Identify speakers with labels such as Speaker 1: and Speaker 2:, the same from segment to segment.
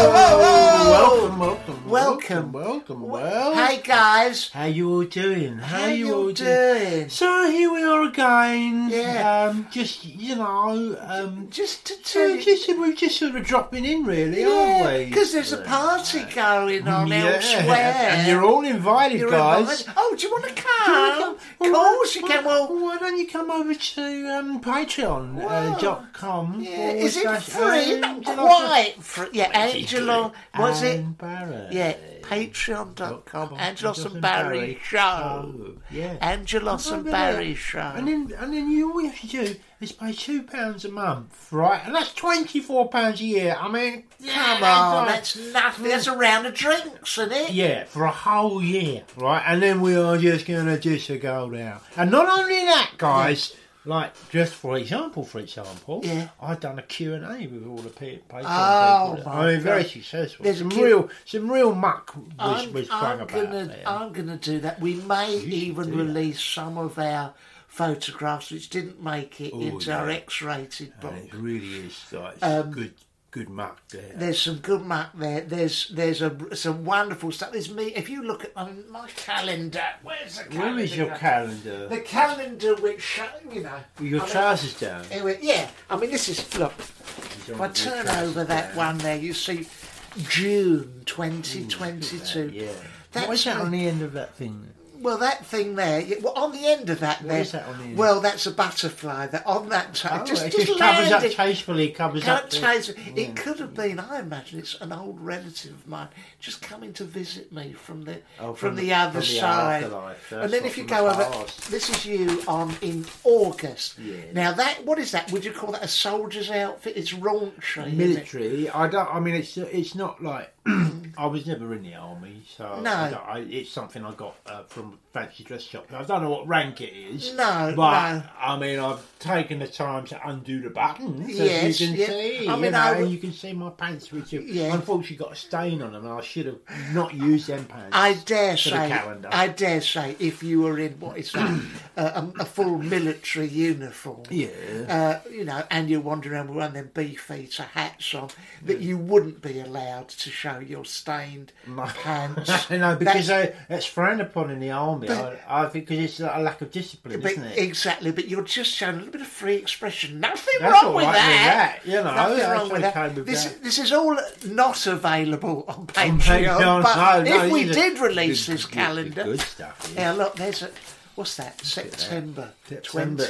Speaker 1: Welcome, welcome,
Speaker 2: Welcome.
Speaker 1: welcome, well.
Speaker 2: Hey guys,
Speaker 1: How you all doing? How,
Speaker 2: How
Speaker 1: you
Speaker 2: you
Speaker 1: all
Speaker 2: doing?
Speaker 1: So here we are again.
Speaker 2: Yeah.
Speaker 1: Um, just you know, um,
Speaker 2: just to tell
Speaker 1: so
Speaker 2: you,
Speaker 1: just we're just sort of dropping in, really, aren't we?
Speaker 2: because there's a party going on
Speaker 1: Yeah,
Speaker 2: elsewhere.
Speaker 1: and you're all invited,
Speaker 2: You're
Speaker 1: guys. Mm,
Speaker 2: invited. Oh, do you want to
Speaker 1: Do you wanna
Speaker 2: come?
Speaker 1: come-
Speaker 2: Of
Speaker 1: well,
Speaker 2: course you
Speaker 1: why-
Speaker 2: can. Well,
Speaker 1: why don't you come over to um, Patreon
Speaker 2: Well,
Speaker 1: uh, dot com?
Speaker 2: yeah,
Speaker 1: forward
Speaker 2: is it
Speaker 1: slash
Speaker 2: free? Not
Speaker 1: Angela-
Speaker 2: quite free. Yeah, Angela, was it?
Speaker 1: Ann Barrett.
Speaker 2: Yeah, patreon.com, Angelos and Barry
Speaker 1: Show.
Speaker 2: Show.
Speaker 1: Oh, Yeah.
Speaker 2: Angelos and
Speaker 1: Remember
Speaker 2: Barry
Speaker 1: that?
Speaker 2: Show.
Speaker 1: And then, and then you all you have to do is pay two pounds a month, right? And that's twenty four pounds a year. I mean,
Speaker 2: Come
Speaker 1: like-
Speaker 2: on, Oh, that's nothing. That's a round of drinks, isn't it?
Speaker 1: yeah, for a whole year, right? And then we are just going to just go down. And not only that, guys. Like just for example, for example,
Speaker 2: Yeah.
Speaker 1: I've done a Q and A with all the pe- Patreon
Speaker 2: Oh,
Speaker 1: people.
Speaker 2: my
Speaker 1: I mean, very
Speaker 2: God.
Speaker 1: successful.
Speaker 2: There's a
Speaker 1: some
Speaker 2: Q-
Speaker 1: real, some real muck was,
Speaker 2: I'm,
Speaker 1: was
Speaker 2: I'm
Speaker 1: flung about.
Speaker 2: gonna,
Speaker 1: there.
Speaker 2: I'm gonna do that. We may even release some of our photographs which didn't make it into our
Speaker 1: Oh, yeah. Uh,
Speaker 2: X-rated book.
Speaker 1: And it really is like good, good mark there.
Speaker 2: um, There's some good muck there. There's there's a, some wonderful stuff. There's me. If you look at my, my calendar, where's the calendar?
Speaker 1: Where is your calendar?
Speaker 2: The calendar which show, you know.
Speaker 1: With your
Speaker 2: I mean,
Speaker 1: trousers down.
Speaker 2: anyway, yeah, I mean this is look. If I
Speaker 1: With your
Speaker 2: turn
Speaker 1: trousers
Speaker 2: over that
Speaker 1: down.
Speaker 2: one there, you see June 2022.
Speaker 1: Uh, Yeah.
Speaker 2: That's
Speaker 1: what is that
Speaker 2: when-
Speaker 1: on the end of that thing?
Speaker 2: Well, that thing there, yeah, well, on the end of that
Speaker 1: What
Speaker 2: there,
Speaker 1: is that on the end?
Speaker 2: well, that's a butterfly that on that time.
Speaker 1: Oh,
Speaker 2: Uh, just,
Speaker 1: it
Speaker 2: just,
Speaker 1: just covers up
Speaker 2: landed.
Speaker 1: tastefully, covers
Speaker 2: Can't
Speaker 1: up. the-
Speaker 2: taste-
Speaker 1: yeah.
Speaker 2: It could have been, I imagine, it's an old relative of mine just coming to visit me from the
Speaker 1: Oh,
Speaker 2: from,
Speaker 1: from
Speaker 2: the,
Speaker 1: the-
Speaker 2: other
Speaker 1: from the
Speaker 2: side.
Speaker 1: afterlife,
Speaker 2: And
Speaker 1: that's
Speaker 2: then if you
Speaker 1: not
Speaker 2: go
Speaker 1: from
Speaker 2: over,
Speaker 1: the past.
Speaker 2: this is you on in August.
Speaker 1: Yeah.
Speaker 2: Now that, what is that? Would you call that a soldier's outfit? It's raunchy. isn't it?
Speaker 1: Military, I don't. I mean, it's it's not like I was never in the army, so
Speaker 2: No.
Speaker 1: I don't- I, it's something I got uh, from fancy dress shop. I don't know what rank it is,
Speaker 2: No,
Speaker 1: but
Speaker 2: no.
Speaker 1: I mean, I've taken the time to undo the buttons, as
Speaker 2: Yes,
Speaker 1: you can
Speaker 2: yeah.
Speaker 1: see.
Speaker 2: I
Speaker 1: you
Speaker 2: mean,
Speaker 1: know,
Speaker 2: I
Speaker 1: and
Speaker 2: w-
Speaker 1: you can see my pants, which have
Speaker 2: Yeah.
Speaker 1: unfortunately got a stain on them, and I should have not used them pants.
Speaker 2: I dare
Speaker 1: for
Speaker 2: say,
Speaker 1: the calendar.
Speaker 2: I dare say, if you were in what is that, uh, a, a full military uniform,
Speaker 1: Yeah.
Speaker 2: uh, you know, and you're wandering around with one of them beefeater hats on, that you wouldn't be allowed to show your stained pants.
Speaker 1: no, because
Speaker 2: That's-
Speaker 1: I, that's frowned upon in the army. I, I think because it's a lack of discipline,
Speaker 2: but-
Speaker 1: isn't it?
Speaker 2: exactly, but you're just showing a little bit of free expression. Nothing
Speaker 1: That's
Speaker 2: wrong
Speaker 1: all
Speaker 2: with
Speaker 1: right with
Speaker 2: that.
Speaker 1: that, you know,
Speaker 2: Nothing
Speaker 1: that's
Speaker 2: wrong with
Speaker 1: okay
Speaker 2: that.
Speaker 1: with
Speaker 2: this,
Speaker 1: that.
Speaker 2: this is all not available on Patreon.
Speaker 1: Patreon, no,
Speaker 2: but
Speaker 1: no,
Speaker 2: if we
Speaker 1: this is a-
Speaker 2: did release
Speaker 1: this
Speaker 2: this
Speaker 1: is good-
Speaker 2: calendar,
Speaker 1: good stuff, yeah.
Speaker 2: Yeah, look, there's a. What's that? September,
Speaker 1: September.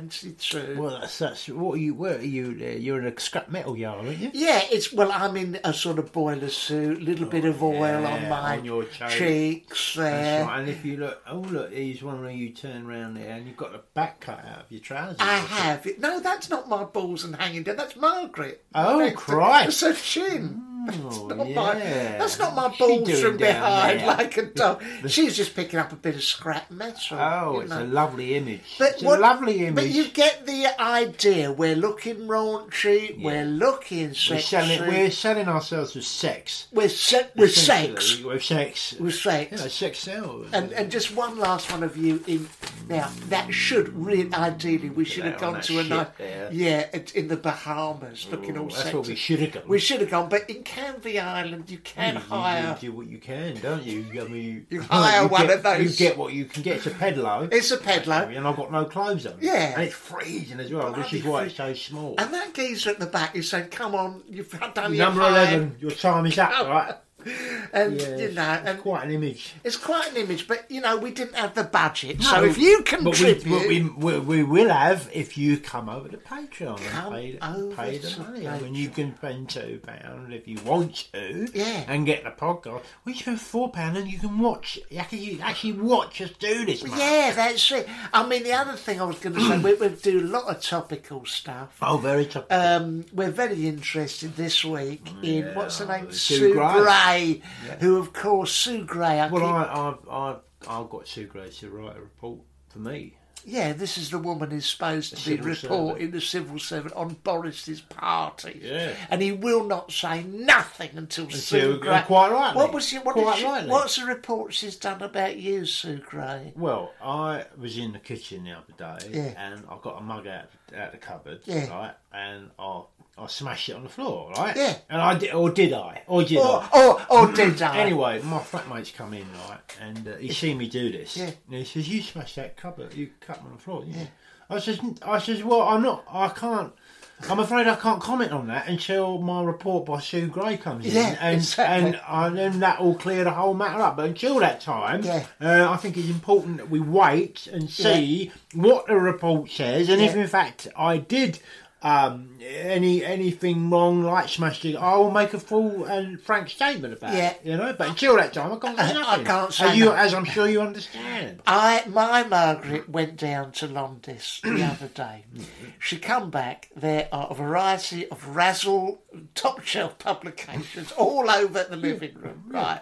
Speaker 2: 2022.
Speaker 1: Well, that's, that's what are you. Where are you? There? You're in a scrap metal yard, aren't you?
Speaker 2: yeah, it's well. I'm in a sort of boiler suit, little bit of oil on
Speaker 1: Oh, yeah,
Speaker 2: my
Speaker 1: on your cheek.
Speaker 2: cheeks there.
Speaker 1: That's right. And if you look, oh look, he's one where you turn round there, and you've got the back cut out of your trousers.
Speaker 2: I have it. No, that's not my balls and hanging down. That's Margaret.
Speaker 1: Oh,
Speaker 2: That's-
Speaker 1: Christ.
Speaker 2: That's her chin.
Speaker 1: Oh,
Speaker 2: Not my,
Speaker 1: yeah.
Speaker 2: that's not my
Speaker 1: What's she
Speaker 2: balls
Speaker 1: doing
Speaker 2: from
Speaker 1: down
Speaker 2: behind
Speaker 1: there?
Speaker 2: like a dog. She's just picking up a bit of scrap metal.
Speaker 1: Oh,
Speaker 2: you
Speaker 1: it's
Speaker 2: know.
Speaker 1: a lovely image.
Speaker 2: But
Speaker 1: it's
Speaker 2: what-
Speaker 1: a lovely image.
Speaker 2: But you get the idea. We're looking raunchy. We're looking
Speaker 1: we're,
Speaker 2: sexy.
Speaker 1: selling, we're selling ourselves with sex.
Speaker 2: with, se- with
Speaker 1: essentially.
Speaker 2: sex.
Speaker 1: With sex.
Speaker 2: With sex.
Speaker 1: Yeah, sex sells.
Speaker 2: And, and just one last one of you in Now that should really, ideally, we should have
Speaker 1: out
Speaker 2: gone
Speaker 1: on
Speaker 2: to
Speaker 1: that
Speaker 2: a night,
Speaker 1: shit there.
Speaker 2: yeah, it- in the Bahamas, looking all
Speaker 1: that's
Speaker 2: sexy.
Speaker 1: what we should have gone.
Speaker 2: We should have gone, but in Canvey Island, you can
Speaker 1: You, you
Speaker 2: hire.
Speaker 1: do what you can, don't you? I mean, you,
Speaker 2: You hire one
Speaker 1: get,
Speaker 2: of those.
Speaker 1: You get what you can get. It's a pedalo.
Speaker 2: It's a pedalo.
Speaker 1: and I've got no clothes on.
Speaker 2: Yeah.
Speaker 1: and it's freezing as well, which is
Speaker 2: Bloody
Speaker 1: why
Speaker 2: free-
Speaker 1: it's so small.
Speaker 2: And that geezer at the back is saying, "Come on, you've done your
Speaker 1: Number
Speaker 2: hire."
Speaker 1: eleven, your time is up, right?
Speaker 2: and
Speaker 1: Yeah,
Speaker 2: you know,
Speaker 1: it's
Speaker 2: and
Speaker 1: quite an image.
Speaker 2: it's quite an image, but you know, we didn't have the budget. so
Speaker 1: No,
Speaker 2: if you
Speaker 1: but we,
Speaker 2: contribute,
Speaker 1: but we, we, we will have if you come over to Patreon
Speaker 2: Come
Speaker 1: and pay,
Speaker 2: over
Speaker 1: pay the
Speaker 2: to
Speaker 1: money. I mean, you can spend two pound if you want to,
Speaker 2: Yeah.
Speaker 1: and get the podcast. We spend four pound and you can watch. You can you actually watch us do this. Mate.
Speaker 2: yeah, that's it. I mean, the other thing I was going to say, we, we do a lot of topical stuff.
Speaker 1: Oh, very tough.
Speaker 2: Um, we're very interested this week in what's her name,
Speaker 1: Oh, Sue
Speaker 2: Sue,
Speaker 1: Gray.
Speaker 2: Gray, who, of course, Sue Gray. I
Speaker 1: well,
Speaker 2: keep-
Speaker 1: I, I've, I've, I've got Sue Grace to write a report for me.
Speaker 2: yeah, this is the woman who's supposed to be
Speaker 1: civil
Speaker 2: reporting the civil servant on Boris's parties,
Speaker 1: Yeah.
Speaker 2: and he will not say nothing until
Speaker 1: Sue-
Speaker 2: Sue Gray.
Speaker 1: quite rightly.
Speaker 2: What was it? What did
Speaker 1: Quite
Speaker 2: she,
Speaker 1: rightly.
Speaker 2: What's the report she's done about you, Sue Gray?
Speaker 1: Well, I was in the kitchen the other day,
Speaker 2: Yeah.
Speaker 1: and I got a mug out out the cupboard,
Speaker 2: Yeah.
Speaker 1: right, and I I smashed it on the floor, right,
Speaker 2: Yeah.
Speaker 1: and I did, or did I, or did
Speaker 2: Or,
Speaker 1: I?
Speaker 2: or, or did I?
Speaker 1: Anyway, my flatmate's come in, right, and uh, he seen me do this,
Speaker 2: Yeah.
Speaker 1: and he says, "You smashed that cupboard, you cut on the floor." didn't you?" I says, "I says, well, I'm not, I can't." I'm afraid I can't comment on that until my report by Sue Gray comes in,
Speaker 2: Yeah,
Speaker 1: and
Speaker 2: exactly.
Speaker 1: and I, then that will clear the whole matter up. But until that time,
Speaker 2: Yeah.
Speaker 1: uh, I think it's important that we wait and see what the report says, and if
Speaker 2: Yeah.
Speaker 1: in fact I did um, any anything wrong, like smashing, I will make a full and frank statement about
Speaker 2: Yeah.
Speaker 1: it. You know, but until that time, I can't say
Speaker 2: I
Speaker 1: nothing.
Speaker 2: can't say
Speaker 1: as, you,
Speaker 2: nothing.
Speaker 1: as I'm sure you understand.
Speaker 2: I my Margaret went down to Londis the other day. She come back. There are a variety of razzle top shelf publications all over the living room. Right.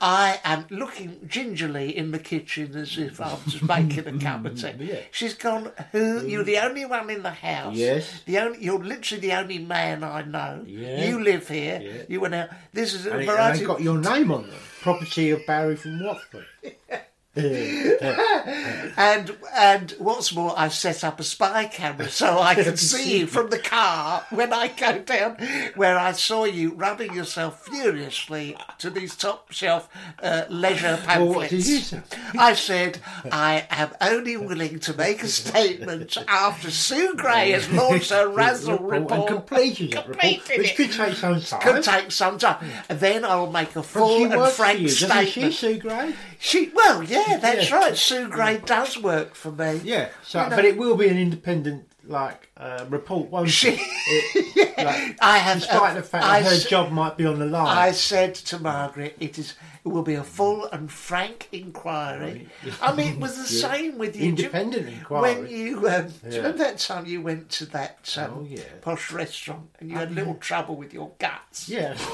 Speaker 2: I am looking gingerly in the kitchen as if I'm just making a cup of tea. She's gone. Who you're the only one in the house.
Speaker 1: Yes.
Speaker 2: The only you're literally the only man I know.
Speaker 1: Yeah.
Speaker 2: You live here.
Speaker 1: Yeah.
Speaker 2: You went out. This is a
Speaker 1: And, it, and
Speaker 2: variety.
Speaker 1: they got your name on them. Property of Barry from Watford.
Speaker 2: And and what's more, I've set up a spy camera so I can see you from the car when I go down, where I saw you rubbing yourself furiously to these top shelf uh, leisure
Speaker 1: Well,
Speaker 2: pamphlets.
Speaker 1: what did you say?
Speaker 2: I said I am only willing to make a statement after Sue Gray has launched her razzle report
Speaker 1: and completed that report,
Speaker 2: Completed
Speaker 1: which
Speaker 2: it.
Speaker 1: could take some time.
Speaker 2: Could take some time. And then I'll make a
Speaker 1: But she
Speaker 2: full and
Speaker 1: works for
Speaker 2: frank
Speaker 1: you, doesn't she,
Speaker 2: statement.
Speaker 1: Sue Gray?
Speaker 2: She well, yeah, that's
Speaker 1: Yeah.
Speaker 2: right. Sue Gray does work for me.
Speaker 1: Yeah, so but it will be an independent like uh, report, won't
Speaker 2: She-
Speaker 1: it? It- like,
Speaker 2: I have.
Speaker 1: despite
Speaker 2: uh,
Speaker 1: the fact
Speaker 2: I
Speaker 1: that her
Speaker 2: s-
Speaker 1: job might be on the line.
Speaker 2: I said to Margaret, "It is. It will be a full and frank inquiry." I mean, it was the same with you. Do you-
Speaker 1: Independent
Speaker 2: When
Speaker 1: inquiry.
Speaker 2: you, um, do you remember that time you went to that um,
Speaker 1: Oh, yeah.
Speaker 2: posh restaurant and you had a little trouble with your guts?
Speaker 1: yeah.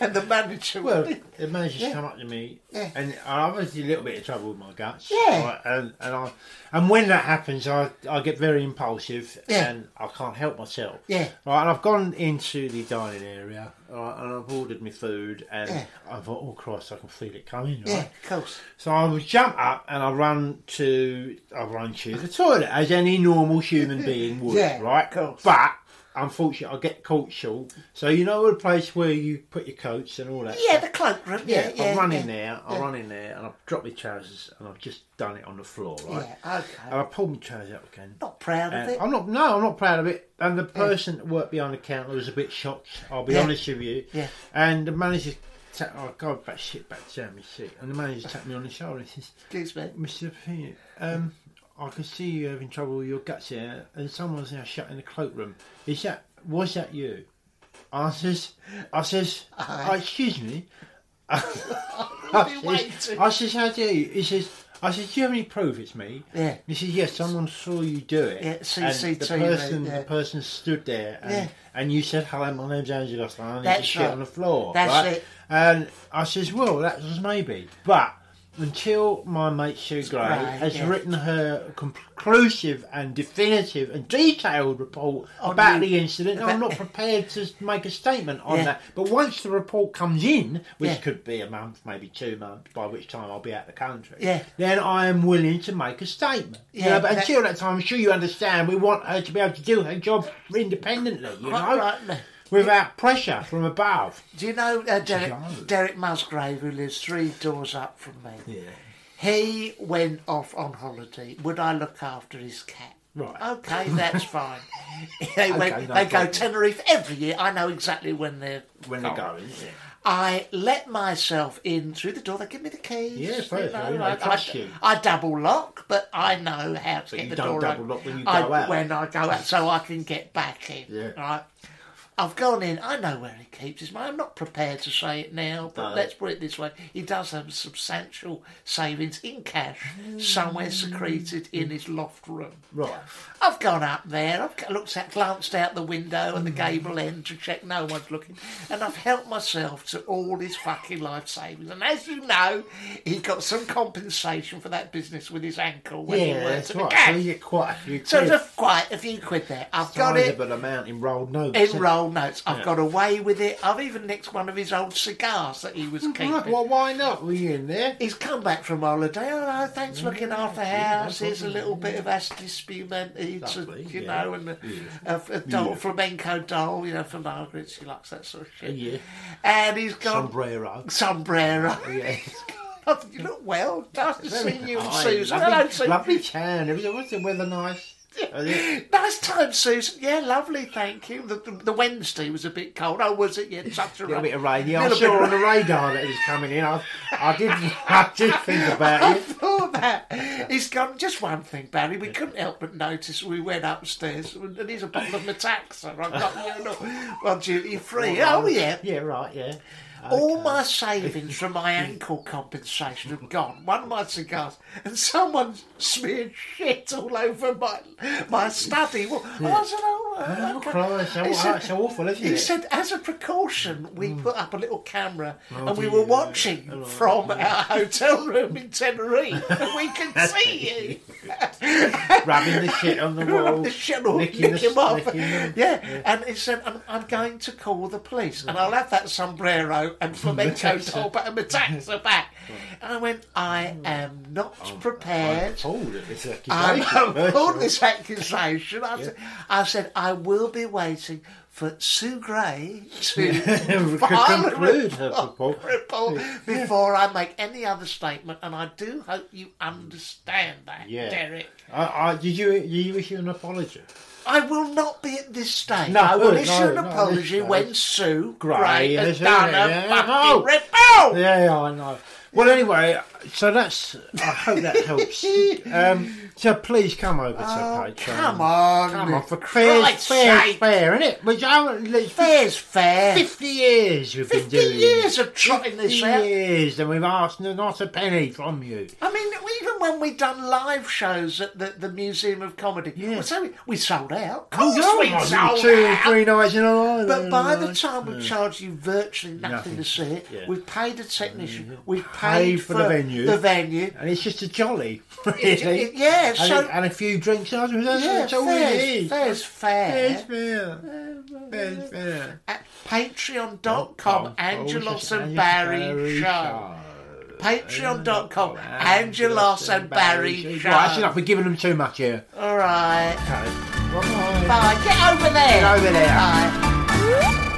Speaker 2: and the manager.
Speaker 1: Well,
Speaker 2: was-
Speaker 1: the manager's come up to me,
Speaker 2: Yeah.
Speaker 1: and I was in a little bit of trouble with my guts.
Speaker 2: Yeah.
Speaker 1: right, and and I, and when that happens, I I get very impulsive,
Speaker 2: Yeah.
Speaker 1: and I can't help myself.
Speaker 2: Yeah.
Speaker 1: Right, and I've gone into the dining area, right, and I've ordered my food, and
Speaker 2: Yeah.
Speaker 1: I thought, oh Christ, I can feel it coming. Right.
Speaker 2: yeah, of course.
Speaker 1: So I would jump up and I run to I run to the toilet as any normal human being would,
Speaker 2: Yeah,
Speaker 1: right?
Speaker 2: of course.
Speaker 1: But unfortunately, I get caught short. So you know the place where you put your coats and all that.
Speaker 2: Yeah,
Speaker 1: stuff?
Speaker 2: the cloak room.
Speaker 1: yeah.
Speaker 2: Yeah, yeah.
Speaker 1: I run in
Speaker 2: yeah.
Speaker 1: there. I run in there and I've dropped my trousers and I've just done it on the floor, right?
Speaker 2: Yeah, okay.
Speaker 1: And I pulled my trousers up again.
Speaker 2: Not proud of
Speaker 1: And
Speaker 2: it.
Speaker 1: Uh, I'm not. No, I'm not proud of it. And the person that worked behind the counter was a bit shocked. I'll be
Speaker 2: Yeah.
Speaker 1: honest with you.
Speaker 2: Yeah.
Speaker 1: And the manager, ta- I go back shit back down my seat, and the manager tapped me on the shoulder and says,
Speaker 2: Excuse me.
Speaker 1: "Mr. P, um, I can see you having trouble with your guts here, and someone's now shut in the cloakroom. Is that was that you?" I says, I says, "Oh, excuse me.
Speaker 2: Be
Speaker 1: I says,
Speaker 2: waiting.
Speaker 1: I says, how dare you? He says, I says, do you have any proof it's me?
Speaker 2: Yeah.
Speaker 1: He says, yes, someone saw you do it.
Speaker 2: Yeah,
Speaker 1: and the
Speaker 2: CCTV,
Speaker 1: person,
Speaker 2: yeah.
Speaker 1: the person stood there, and,
Speaker 2: Yeah.
Speaker 1: and you said, hello, my name's Angela, and I need to
Speaker 2: That's
Speaker 1: shit
Speaker 2: right.
Speaker 1: on the floor.
Speaker 2: That's
Speaker 1: right?
Speaker 2: it.
Speaker 1: And I says, well, that was maybe, but until my mate Sue Gray
Speaker 2: Gray,
Speaker 1: has
Speaker 2: yeah.
Speaker 1: written her conclusive and definitive and detailed report
Speaker 2: On
Speaker 1: about
Speaker 2: the-
Speaker 1: the incident, I'm not
Speaker 2: about-
Speaker 1: prepared to make a statement on
Speaker 2: Yeah.
Speaker 1: that. But once the report comes in, which
Speaker 2: Yeah.
Speaker 1: could be a month, maybe two months, by which time I'll be out of the country,
Speaker 2: Yeah.
Speaker 1: then I am willing to make a statement. You
Speaker 2: Yeah,
Speaker 1: know, but
Speaker 2: that-
Speaker 1: until that time, I'm sure you understand, we want her to be able to do her job independently, you
Speaker 2: Quite
Speaker 1: know,
Speaker 2: rightly.
Speaker 1: without pressure from above.
Speaker 2: Do you know uh, Derek,
Speaker 1: Joe.
Speaker 2: Derek Musgrave, who lives three doors up from me? He went off on holiday. Would I look after his cat?
Speaker 1: Right.
Speaker 2: Okay, that's fine. they
Speaker 1: Okay,
Speaker 2: went,
Speaker 1: no
Speaker 2: they go
Speaker 1: problem.
Speaker 2: Tenerife every year. I know exactly when they're
Speaker 1: When they're going, yeah.
Speaker 2: I let myself in through the door. They give me the keys.
Speaker 1: Yes, very
Speaker 2: You know,
Speaker 1: fair, you know,
Speaker 2: I,
Speaker 1: trust
Speaker 2: I-
Speaker 1: you.
Speaker 2: I double lock, but I know how
Speaker 1: But
Speaker 2: to get
Speaker 1: you
Speaker 2: the
Speaker 1: don't
Speaker 2: door
Speaker 1: double
Speaker 2: open.
Speaker 1: lock when you
Speaker 2: I,
Speaker 1: go out.
Speaker 2: When I go out, so I can get back in.
Speaker 1: Yeah.
Speaker 2: Right. I've gone in. I know where he keeps his money. I'm not prepared to say it now, but
Speaker 1: No.
Speaker 2: let's put it this way: he does have substantial savings in cash
Speaker 1: Mm.
Speaker 2: somewhere secreted in his loft room.
Speaker 1: Right.
Speaker 2: I've gone up there. I've g- looked out, glanced out the window
Speaker 1: Mm.
Speaker 2: and the gable end to check no one's looking, and I've helped myself to all his fucking life savings. And as you know, he got some compensation for that business with his ankle when he
Speaker 1: Yeah,
Speaker 2: worked
Speaker 1: that's
Speaker 2: at the
Speaker 1: right.
Speaker 2: cat.
Speaker 1: So you get quite a few
Speaker 2: So
Speaker 1: quid.
Speaker 2: there's quite a few quid there. I've got it
Speaker 1: sizable amount in rolled notes.
Speaker 2: in roll notes. I've
Speaker 1: Yeah.
Speaker 2: got away with it. I've even nicked one of his old cigars that he was keeping.
Speaker 1: Right, well, why not? Were you in there?
Speaker 2: He's come back from holiday. Oh, no, thanks for looking after house. Here's a little bit of Astley Spumante,
Speaker 1: Lovely,
Speaker 2: you
Speaker 1: yeah.
Speaker 2: know, and a, a, a doll, flamenco doll, you know, for Margaret. She likes that sort of shit.
Speaker 1: Yeah.
Speaker 2: And he's gone
Speaker 1: Sombrero.
Speaker 2: sombrero.
Speaker 1: Yeah.
Speaker 2: you look well. Nice to see you and
Speaker 1: Aye,
Speaker 2: Susan.
Speaker 1: Lovely,
Speaker 2: Hello, Susan.
Speaker 1: lovely town. Everything- What's the weather nice? Yeah.
Speaker 2: Nice time, Susan. Yeah, lovely, thank you. The, the, the Wednesday was a bit cold. Oh, was it? Yeah, such
Speaker 1: A
Speaker 2: a
Speaker 1: little bit of
Speaker 2: rain.
Speaker 1: rain. Yeah, I
Speaker 2: Little bit
Speaker 1: saw
Speaker 2: of
Speaker 1: on the radar that it was coming in. I, I did, I did think about
Speaker 2: I
Speaker 1: it.
Speaker 2: thought that. He's gone. Just one thing, Barry. We couldn't help but notice. We went upstairs, and here's a bottle of Metaxa. I've got you know, well, duty free. Oh yeah.
Speaker 1: Yeah, right. Yeah.
Speaker 2: All my savings from my ankle compensation have gone. One of my cigars, and someone smeared shit all over my my study. Well, I said, "Oh, uh,
Speaker 1: Oh,
Speaker 2: okay."
Speaker 1: Christ,
Speaker 2: He
Speaker 1: oh, that's awful, isn't
Speaker 2: He
Speaker 1: it? Mm.
Speaker 2: said, "As a precaution, we put up a little camera,
Speaker 1: Oh,
Speaker 2: and we were watching from our hotel room in Tenerife, and we could see you."
Speaker 1: Rubbing the shit on the wall.
Speaker 2: Rub the shit off,
Speaker 1: licking
Speaker 2: lick
Speaker 1: the-
Speaker 2: him up.
Speaker 1: licking
Speaker 2: Yeah.
Speaker 1: the-
Speaker 2: and he said, I'm, I'm going to call the police and I'll have that sombrero and flamenco doll but and my taxa back. And I went, I am not
Speaker 1: Oh,
Speaker 2: prepared.
Speaker 1: Appalled at this accusation,
Speaker 2: I'm
Speaker 1: first of all.
Speaker 2: appalled this accusation. I, said, I said, I will be waiting for Sue Gray to
Speaker 1: Could
Speaker 2: file a
Speaker 1: conclude her
Speaker 2: report,
Speaker 1: report.
Speaker 2: report before I make any other statement. And I do hope you understand that,
Speaker 1: Yeah.
Speaker 2: Derek.
Speaker 1: I, I, did you, did you issue an apology?
Speaker 2: I will not be at this stage.
Speaker 1: No,
Speaker 2: I will
Speaker 1: no,
Speaker 2: issue
Speaker 1: no,
Speaker 2: an
Speaker 1: no,
Speaker 2: apology
Speaker 1: no.
Speaker 2: when Sue Gray,
Speaker 1: Gray
Speaker 2: has
Speaker 1: has
Speaker 2: done
Speaker 1: done
Speaker 2: a
Speaker 1: it, yeah.
Speaker 2: fucking
Speaker 1: Oh.
Speaker 2: report.
Speaker 1: Yeah, I know. Well, anyway, so that's. I hope that helps. um, so please come over to Patreon.
Speaker 2: Oh, Come on,
Speaker 1: Come on, for
Speaker 2: Christ's
Speaker 1: Christ's fair,
Speaker 2: sake.
Speaker 1: sake. fair, isn't it? Which I, it's
Speaker 2: Fair's fair.
Speaker 1: 50 years we've been
Speaker 2: Fifty
Speaker 1: doing
Speaker 2: years
Speaker 1: it.
Speaker 2: of trotting this
Speaker 1: 50
Speaker 2: out.
Speaker 1: years, and we've asked not a penny from you.
Speaker 2: I mean, even when we done live shows at the, the Museum of Comedy,
Speaker 1: Yeah.
Speaker 2: well, so we, we sold out. Of course we
Speaker 1: Oh,
Speaker 2: sold
Speaker 1: two,
Speaker 2: out.
Speaker 1: three nights in a row. uh,
Speaker 2: But by the time we charge you virtually nothing, to see it,
Speaker 1: Yeah. Mm.
Speaker 2: we've paid a technician, we've paid,
Speaker 1: Paid for the venue.
Speaker 2: the venue,
Speaker 1: And it's just a jolly,
Speaker 2: It-
Speaker 1: really.
Speaker 2: it- yeah,
Speaker 1: and,
Speaker 2: so-
Speaker 1: a, and a few drinks afterwards. That's,
Speaker 2: Yeah,
Speaker 1: that's all
Speaker 2: fair's-
Speaker 1: we need.
Speaker 2: fair's fair.
Speaker 1: Fair's fair. Fair's fair.
Speaker 2: at
Speaker 1: Oh,
Speaker 2: patreon.com oh, Angelos and
Speaker 1: Angelos
Speaker 2: Barry Show. Patreon.com Angelos and Barry
Speaker 1: Right, actually,
Speaker 2: Show.
Speaker 1: I've been giving them too much here.
Speaker 2: Alright.
Speaker 1: Okay. Bye-bye.
Speaker 2: Bye. Get over there.
Speaker 1: Get over there.
Speaker 2: Bye.